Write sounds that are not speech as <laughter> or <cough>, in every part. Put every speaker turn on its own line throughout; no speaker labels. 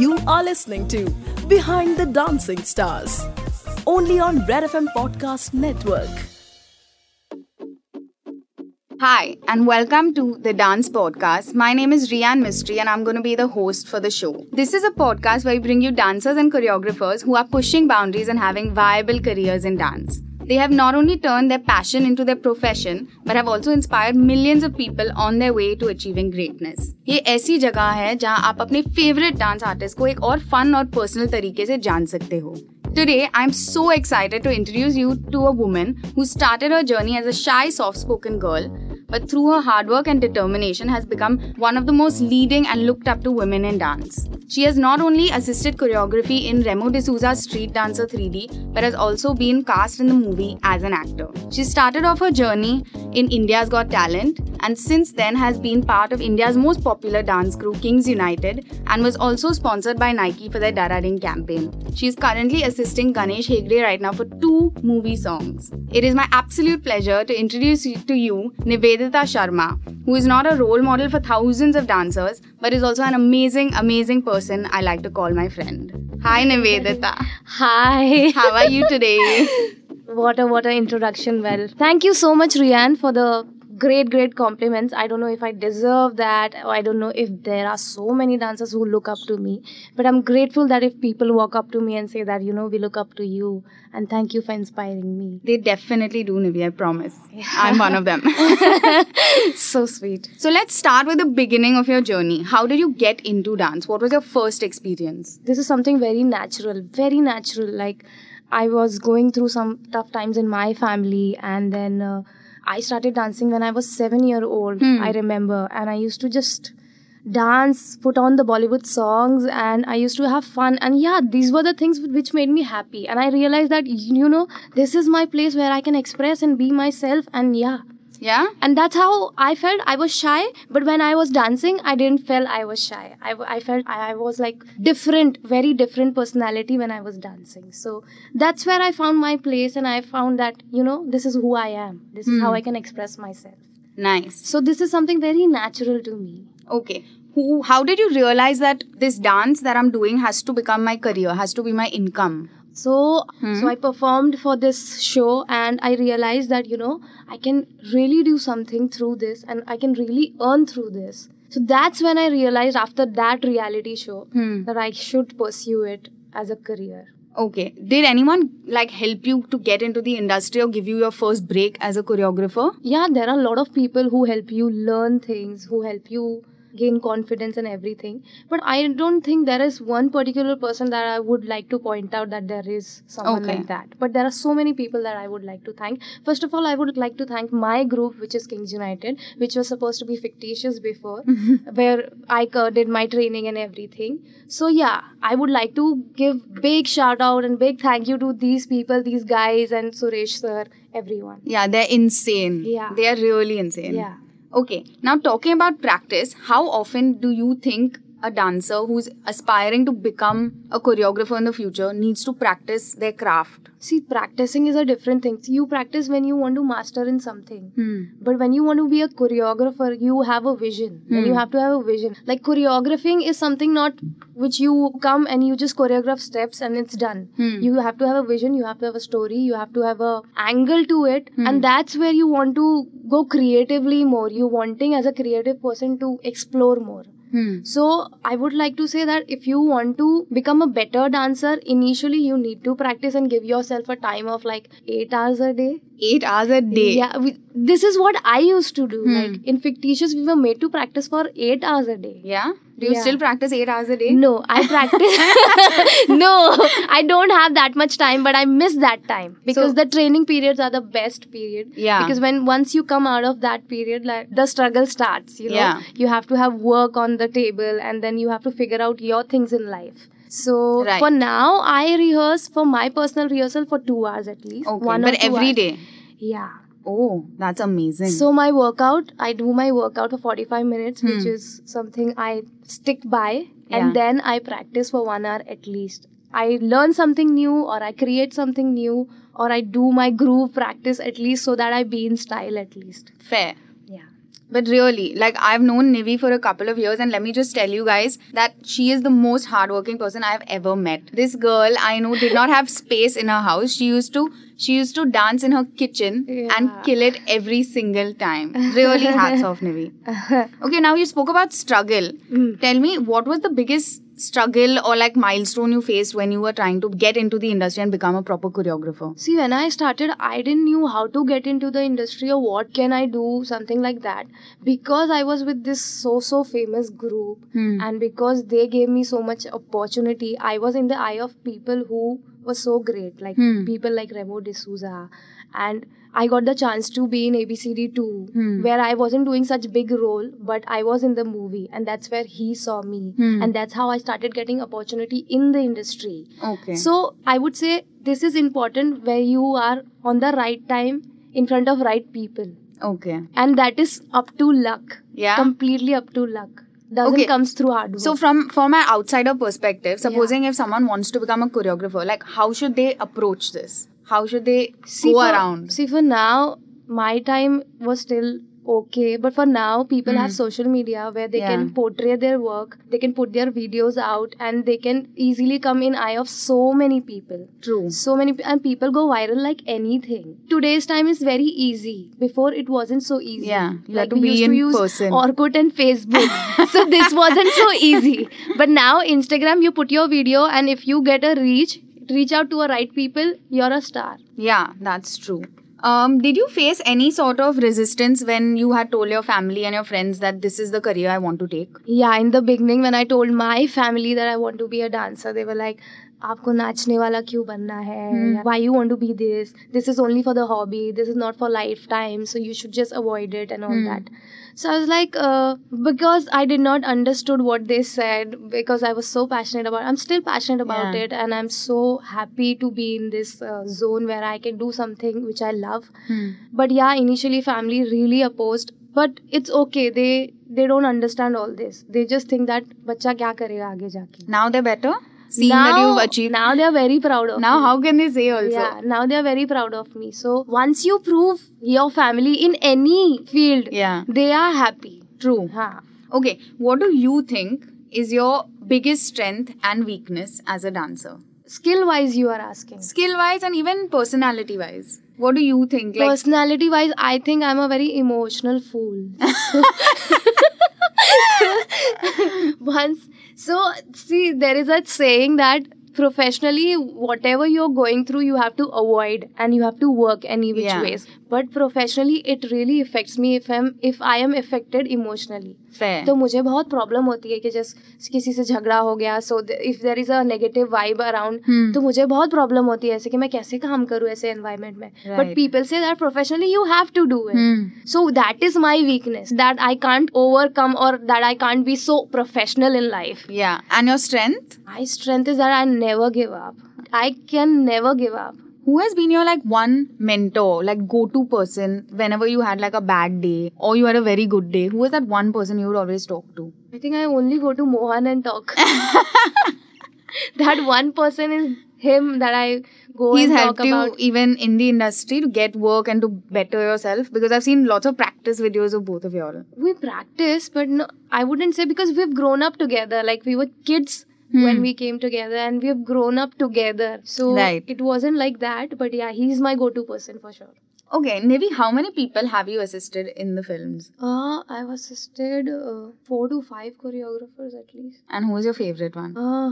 You are listening to Behind the Dancing Stars, only on Red FM Podcast Network.
Hi, and welcome to the Dance Podcast. My name is Rian Mystery, and I'm going to be the host for the show. This is a podcast where we bring you dancers and choreographers who are pushing boundaries and having viable careers in dance. They have not only turned their passion into their profession, but have also inspired millions of people on their way to achieving greatness. ये ऐसी जगह है जहां आप अपने favourite dance artist को एक और फन और पर्सनल तरीके से जान सकते हो Today, I'm so excited to introduce you to a woman who started her journey as a shy, soft spoken girl, but through her hard work and determination has become one of the most leading and looked up to women in dance. She has not only assisted choreography in Remo D'Souza's Street Dancer 3D, but has also been cast in the movie as an actor. She started off her journey in India's Got Talent and since then has been part of India's most popular dance crew, Kings United, and was also sponsored by Nike for their Dara Ring campaign. She is currently assisting Ganesh Hegde right now for two movie songs. It is my absolute pleasure to introduce you- to you Nivedita Sharma, who is not a role model for thousands of dancers, but is also an amazing, amazing person I like to call my friend. Hi, Nivedita.
Hi.
How are you today?
What a what a introduction. Well, thank you so much, Rian, for the great great compliments. I don't know if I deserve that. I don't know if there are so many dancers who look up to me, but I'm grateful that if people walk up to me and say that you know we look up to you, and thank you for inspiring me.
<laughs> They definitely do, Nivi, I promise. I'm one of them.
so sweet.
So let's start with the beginning of your journey. How did you get into dance? What was your first experience?
this is something very natural very natural like i was going through some tough times in my family and then uh, i started dancing when i was 7 year old
Hmm.
i remember and i used to just dance put on the bollywood songs and i used to have fun and yeah these were the things which made me happy and i realized that you know this is my place where i can express and be myself and yeah
Yeah?
and that's how i felt i was shy but when i was dancing i didn't feel i was shy i, I felt I, I was like different very different personality when i was dancing so that's where i found my place and i found that you know this is who i am this is
Hmm.
how i can express myself
Nice.
so this is something very natural to me
Okay. Who how did you realize that this dance that I'm doing has to become my career, has to be my income?
so
Hmm.
so i performed for this show and i realized that you know i can really do something through this and i can really earn through this so that's when i realized after that reality show
Hmm.
that I should pursue it as a career.
Okay. Did anyone like help you to get into the industry or give you your first break as a choreographer?
Yeah, there are a lot of people who help you learn things, who help you gain confidence and everything. But I don't think there is one particular person that I would like to point out that there is someone
Okay.
like that. But there are so many people that I would like to thank. First of all, I would like to thank my group, which is Kings United, which was supposed to be fictitious
<laughs>
before. where I uh, did my training and everything. So yeah, I would like to give big shout out and big thank you to these people, these guys, and Suresh sir, everyone.
yeah, they're insane.
Yeah.
They are really insane.
Yeah.
Okay. Now talking about practice, how often do you think a dancer who's aspiring to become a choreographer in the future needs to practice their craft?
See, practicing is a different thing. See, you practice when you want to master in something.
Hmm.
But when you want to be a choreographer, you have a vision. Then you
Hmm.
have to have a vision. Like choreographing is something not which you come and you just choreograph steps and it's done.
Hmm.
You have to have a vision. You have to have a story. You have to have a angle to it,
Hmm.
and that's where you want to go creatively more. You wanting as a creative person to explore more.
Hmm.
So I would like to say that if you want to become a better dancer, initially you need to practice and give yourself a time of like eight hours a day.
Eight hours a day.
Yeah, we, this is what I used to do.
Hmm.
Like in fictitious, we were made to practice for eight hours a day.
Yeah? Do you
Yeah.
still practice eight hours a day?
No, I
<laughs>
practice. <laughs> no, I don't have that much time, but I miss that time because
So-
the training periods are the best period.
Yeah.
Because when once you come out of that period, like the struggle starts. You know,
Yeah.
you have to have work on the table, and then you have to figure out your things in life. So
Right.
for now, I rehearse for my personal rehearsal for two hours at least.
okay.
One or
but
two
every
hours.
day.
Yeah.
Oh, that's amazing.
So my workout, I do my workout for 45 minutes, which
Hmm.
is something I stick by,
Yeah.
and then I practice for one hour at least. I learn something new, or I create something new, or I do my groove practice at least so that I be in style at least.
fair.
Yeah.
But really, like I've known Nivi for a couple of years, and let me just tell you guys that she is the most hardworking person I've ever met. This girl I know did not have space in her house. She used to she used to dance in her kitchen and
Yeah.
kill it every single time. Really, hats off,
<laughs>
Nivi. Okay, now you spoke about struggle.
Mm.
Tell me, what was the biggest struggle or like milestone you faced when you were trying to get into the industry and become a proper choreographer?
See, when I started, I didn't knew how to get into the industry or what can I do, something like that. Because I was with this so-so famous group
Hmm.
and because they gave me so much opportunity, I was in the eye of people who were so great, like
Hmm.
people like Remo D'Souza. And I got the chance to be in ABCD2,
Hmm.
where I wasn't doing such big role, but I was in the movie and that's where he saw me.
Hmm.
And that's how I started getting opportunity in the industry.
Okay.
So I would say this is important where you are on the right time in front of right people.
okay.
And that is up to luck.
Yeah.
Completely up to luck. Doesn't
Okay.
comes through hard work.
So from from an outsider perspective, supposing if someone wants to become a choreographer, like how should they approach this? How should they go
for,
around?
See for now, my time was still okay, but for now people
Hmm.
have social media where they
Yeah.
can portray their work, they can put their videos out and they can easily come in eye of so many people.
True.
so many and people go viral like anything today's time is very easy before it wasn't so easy
Yeah, you had
like
to
we
be
used
in
to use
person.
orkut and
<laughs>
facebook so this wasn't so easy but now instagram you put your video and if you get a reach reach out to a right people you're a star
Yeah, that's true. Um, did you face any sort of resistance when you had told your family and your friends that this is the career I want to take?
yeah in the beginning when i told my family that i want to be a dancer they were like आपको नाचने वाला क्यों बनना है
Hmm.
Why you want to be this this is only for the hobby this is not for life time so you should just avoid it and all
Hmm.
That So I was like, uh, because I did not understood what they said, because I was so passionate about. I'm still passionate about
Yeah.
it, and I'm so happy to be in this uh, zone where I can do something which I love. But yeah, initially family really opposed, but it's okay. They they don't understand all this. They just think that बच्चा क्या करेगा आगे जाके.
Now they're better? Seeing that
now,
you've achieved.
now they are very proud of
Now
me.
how can they say also?
Yeah, now they are very proud of me. So once you prove your family in any field,
Yeah.
they are happy.
True.
Huh.
Okay, what do you think is your biggest strength and weakness as a dancer?
skill wise you are asking
skill wise and even personality wise what do you think like
personality wise i think i'm a very emotional fool <laughs> once so see there is a saying that professionally whatever you're going through you have to avoid and you have to work any which
Yeah.
ways but professionally it really affects me if i'm if i am affected emotionally
fair
तो मुझे बहुत problem होती है कि just किसी से झगड़ा हो गया so if there is a negative vibe
Hmm.
Around तो मुझे बहुत प्रॉब्लम होती है ऐसे कि मैं कैसे काम करूँ ऐसे एनवायरमेंट में बट
Right. हम्म।
पीपल से that professionally you have to do it
Hmm.
So that is my weakness that I can't overcome और that I can't be so professional in life
yeah and your strength
my strength is that I never give up I can never give up
who has been your like one mentor like go to person whenever you had like a bad day or you had a very good day who was that one person you would always talk to
I think I only go to Mohan and talk.
<laughs>
<laughs> that one person is him that I go
he's
and
helped
talk
you
about.
even in the industry to get work and to better yourself because i've seen lots of practice videos of both of y'all
We practice, but no, I wouldn't say because we've grown up together. Like we were kids
Hmm.
when we came together, and we have grown up together. So
Right.
it wasn't like that. But yeah, he's my go-to person for sure.
okay nivi how many people have you assisted in the films
Uh, I've assisted uh, four to five choreographers at least.
and who's your favorite
<laughs>
one <laughs>
Uh,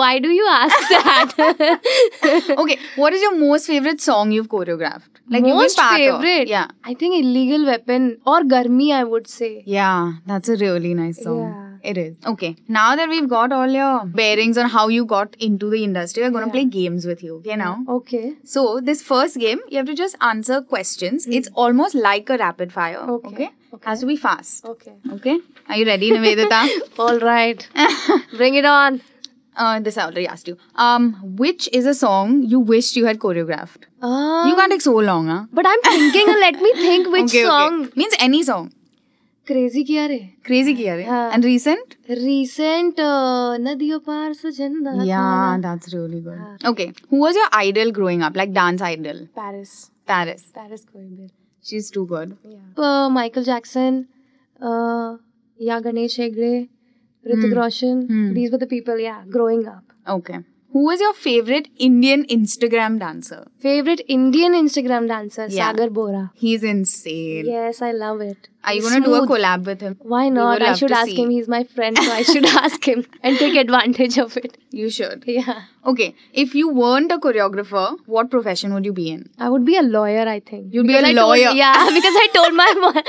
why do you ask <laughs> that?
okay, what is your most favorite song you've choreographed? Like you've been
most
part of-
favorite.
Yeah.
I think illegal weapon or garmi. I would say.
Yeah, that's a really nice song.
Yeah.
It is. Okay. Now that we've got all your bearings on how you got into the industry, we're gonna
Yeah.
play games with you. Okay now?
Okay.
So this first game, you have to just answer questions. It's almost like a rapid fire.
Hmm. Okay.
Okay.
Okay.
Has to be fast.
Okay.
Okay. Are you ready,
<laughs>
Nivedita? <laughs>
All right. Bring it on.
uh, this I already asked you. Um, which is a song you wished you had choreographed?
Um,
you can't take so long, huh?
But I'm thinking. let me
<laughs>
think which
Okay, okay.
song.
Means any song.
Crazy किया रे.
Crazy kiya re.
हाँ.
And recent?
Recent uh, नदियों पार सजना.
Yeah,
था.
that's really good.
हाँ.
Okay, who was your idol growing up? Like dance idol?
Paris.
Paris.
Paris कोई
She's too good.
Uh, Michael Jackson, uh, yeah, Ganesh Hegde, Ritik
Hmm.
Roshan.
Hmm.
These were the people, yeah, growing up.
Okay. Who was your favorite Indian Instagram dancer?
Favorite Indian Instagram dancer,
Yeah.
Sagar Bora.
He's insane.
Yes, I love it.
Are you gonna do a
Smooth.
collab with him?
Why
We
not?
would
I
love
should
to
ask
see.
him. He's my friend, so I should <laughs> ask him and take advantage of
<laughs>
it.
You should.
Yeah.
Okay. If you weren't a choreographer, what profession would you be in?
I would be a lawyer, I think.
You'd be
Because
a
I told-
lawyer. <laughs>
yeah, because I told my mom,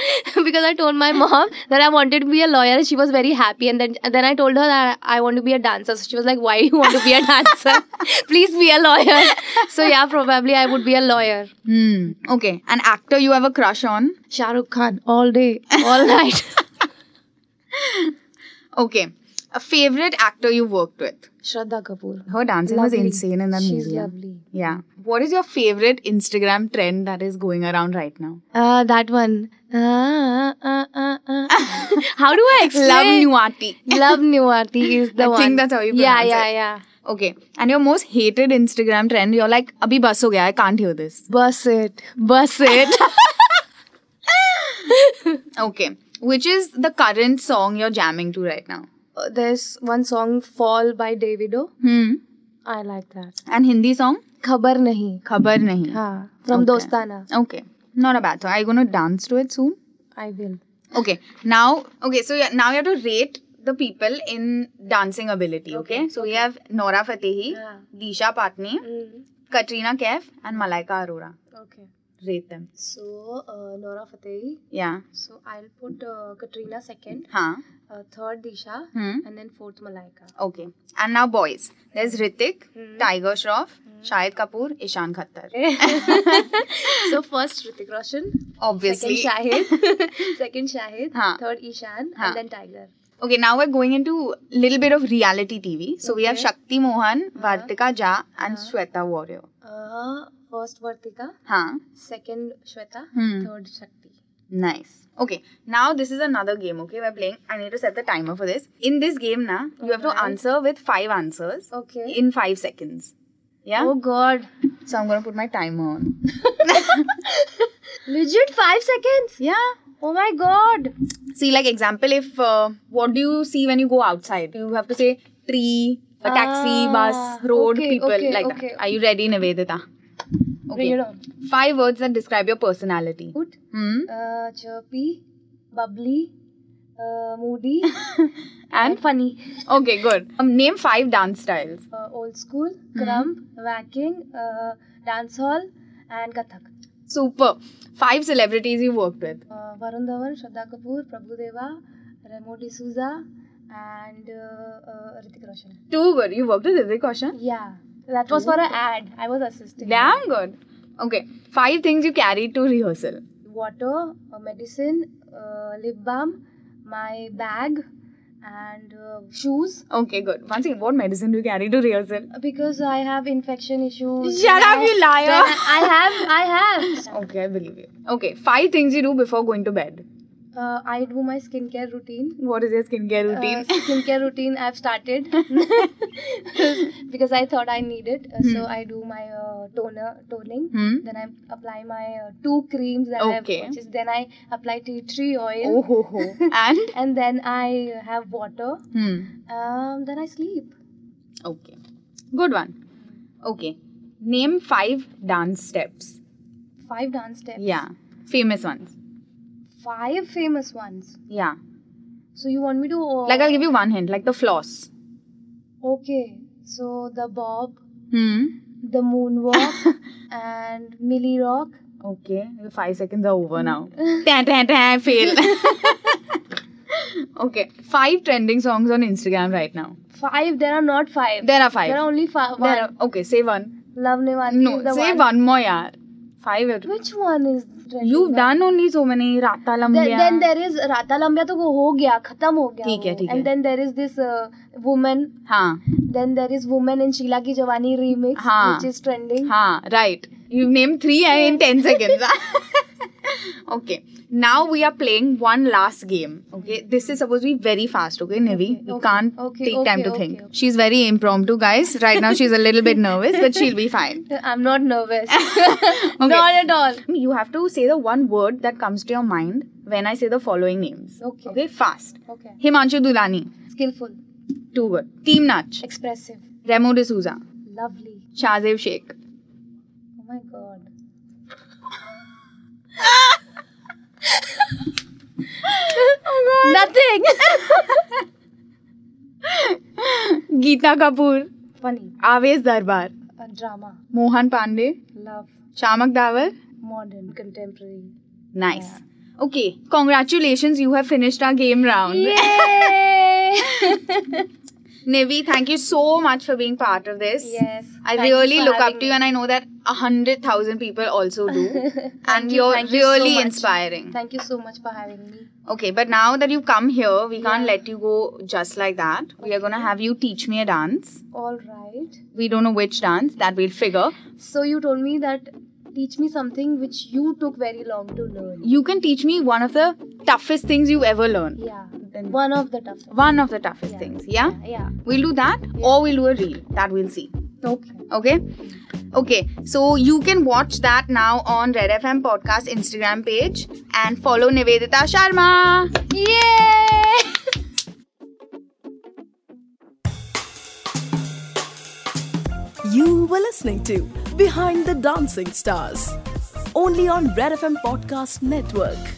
<laughs> because I told my mom that I wanted to be a lawyer. She was very happy, and then then I told her that I want to be a dancer. So she was like, "Why you want to be a dancer? <laughs> Please be a lawyer." So yeah, probably I would be a lawyer.
Hmm. Okay. An actor you have a crush on?
Shah Rukh Khan all day, <laughs> all night.
Okay. A favorite actor you worked with?
Shraddha Kapoor.
Her dancing was
Lovely.
insane in that
She's
movie. yeah.
lovely.
Yeah. What is your favorite Instagram trend that is going around right now?
Uh, that one. Ah, ah, ah,
<laughs>
ah, ah. How do I explain?
Love Nuati.
Love Nuati is the
I
one.
think that's how you
Yeah,
pronounce
yeah,
it.
yeah.
Okay. And your most hated Instagram trend, you're like, Abhi bus ho gaya, I can't hear this.
Bus it. Bus
<laughs>
it.
Okay. Which is the current song you're jamming to right now?
Uh, There's one song Fall by Davido.
Hmm.
I like that.
And Hindi song?
Khabar Nahi.
Khabar nahi.
Ha. From
Okay.
Dostana.
Okay. Not a bad song. Are you gonna dance to it soon?
I will.
Okay. Now okay, so yeah, now you have to rate the people in dancing ability, okay?
Okay,
So we have Nora Fatehi,
Yeah.
Disha Patni, Katrina Kaif, and Malaika Arora.
Mm-hmm. Okay.
Rate them.
So, uh, Nora Fatehi.
Yeah.
So, I'll put uh, Katrina second,
Huh.
uh, third Disha,
Hmm.
and then fourth Malaika.
Okay. And now boys. There's Ritik,
Hmm. <laughs>
Tiger Shroff, Shahid Kapoor, Ishan Khattar.
so, first Ritik Roshan,
Obviously.
second <laughs> Shahid, second Shahid,
Ha.
third Ishan,
Ha.
and then Tiger.
Okay, now we're going into a little bit of reality TV. So we have
Okay.
Shakti Mohan, Vartika Jha, and
Uh-huh.
Shweta Warrior.
Uh, first Vartika,
Huh.
second Shweta,
Hmm.
third Shakti.
Nice. Okay, now this is another game. Okay, we're playing. I need to set the timer for this. In this game, na, you have to
Alright.
answer with five answers
Okay.
in five seconds. Yeah.
Oh god.
So I'm gonna put my timer on.
Legit 5 seconds?
Yeah.
Oh my god.
See, like example, if uh, what do you see when you go outside? You have to say tree, a taxi,
Ah,
bus, road,
okay,
people,
okay,
like
okay.
that. Are you ready, Nivedita?
Bring
Okay.
it on.
Five words that describe your personality.
Good.
Hmm.
Uh, chirpy, bubbly, uh, <laughs> moody,
And
funny.
okay, good. Um, name five dance styles.
Uh, old school, crump, whacking, uh, dance hall, and Kathak.
Super. Five celebrities you worked with.
Uh, Varun Dhawan, Shraddha Kapoor, Prabhu Deva, Remo D'Souza, and uh, uh, Ritik Roshan.
Too good. You worked with Hrithik Roshan.
Yeah, that was for an ad. I was assisting.
Damn good. Okay. Five things you carried to rehearsal.
water, uh, medicine, uh, lip balm, my bag, and uh, shoes
Okay, good. Once again, what medicine do you carry to rehearsal?
because I have infection issues.
Shut
and
up,
I-
you liar.
then I have. I have.
Okay, I believe you. Okay, five things you do before going to bed.
Uh, I do my skincare routine.
What is your skincare
Uh,
routine?
skincare routine I've started <laughs> because I thought I need it. Uh, So I do my uh, toner toning.
hmm?
Then I apply my uh, two creams that
Okay.
I've purchased. Then I apply tea tree oil,
Oh ho ho.
<laughs>
And
and then I have water.
hmm.
Um, then I sleep.
Okay. Good one. Okay. Name five dance steps.
Five dance steps.
Yeah. Famous ones.
Five famous ones.
Yeah.
So you want me to? Uh,
Like I'll give you one hint, like the floss.
Okay. So the bob,
Hmm.
the
<laughs>
moonwalk, and Millie Rock.
Okay, the five seconds are over
<laughs>
now. tan, tan, tan, fail. <laughs> okay, five trending songs on Instagram right now.
Five. There are not five.
There are five.
There are only five.
There
One.
are- okay, say one.
Love Nevati
No,
is the
say
one.
one, more, yaar. Five. are-
Which one is? trending
You've
one?
done only so many. Rata Lambia.
Then, then there is राता लंबिया तो वो हो गया खत्म हो गया
ठीक है,
वो.
ठीक है.
and then there is this uh, woman
Haan,
then there is woman in Sheila ki Jawani remix
हाँ.
which is trending
haan, right. You've named three and in ten seconds. <laughs> Okay. Now we are playing one last game. Okay. This is supposed to be very fast. Okay, Nivi.
Okay,
we
okay,
can't
okay,
take time
okay,
to
okay,
think.
okay.
She's very impromptu, guys. Right now she's a little
<laughs>
bit nervous, but she'll be fine.
<laughs> I'm not nervous.
<laughs> Okay.
<laughs> Not at all.
You have to say the one word that comes to your mind when I say the following names.
Okay.
Okay. Fast.
Okay.
Himanshu Dulani.
Skillful,
Too good. Team Natch.
expressive,
Remo D'Souza.
lovely.
Shahzev Sheikh.
Oh my god.
Nothing. Geeta Kapoor.
Funny,
Aves Darbar.
uh, drama,
Mohan Pandey.
love,
Shamak Dawar.
modern, contemporary.
Nice. Okay, congratulations, you have finished our game round.
Yay!
Nivi, thank you so much for being part of this.
<laughs> yes.
I
Thank you
really
for
look up
having
to
me.
you, and I know that a hundred thousand people also do. and
you,
you're
<laughs> thank you so
really
much.
inspiring.
Thank you so much for having me.
Okay, but now that you've come here, we can't
Yeah.
let you go just like that. We are gonna have you teach me a dance.
All right.
We don't know which dance, that we'll figure.
So you told me that teach me something which you took very long to learn.
You can teach me one of the toughest things you've ever learned.
Yeah.
Then-
One of the toughest.
One of the toughest
Yeah.
things, yeah?
Yeah.
We'll do that, or we'll do a reel. That we'll see.
Okay.
okay okay so you can watch that now on red fm podcast instagram page and follow nivedita sharma
Yay!
You were listening to Behind the Dancing Stars, only on Red FM Podcast Network.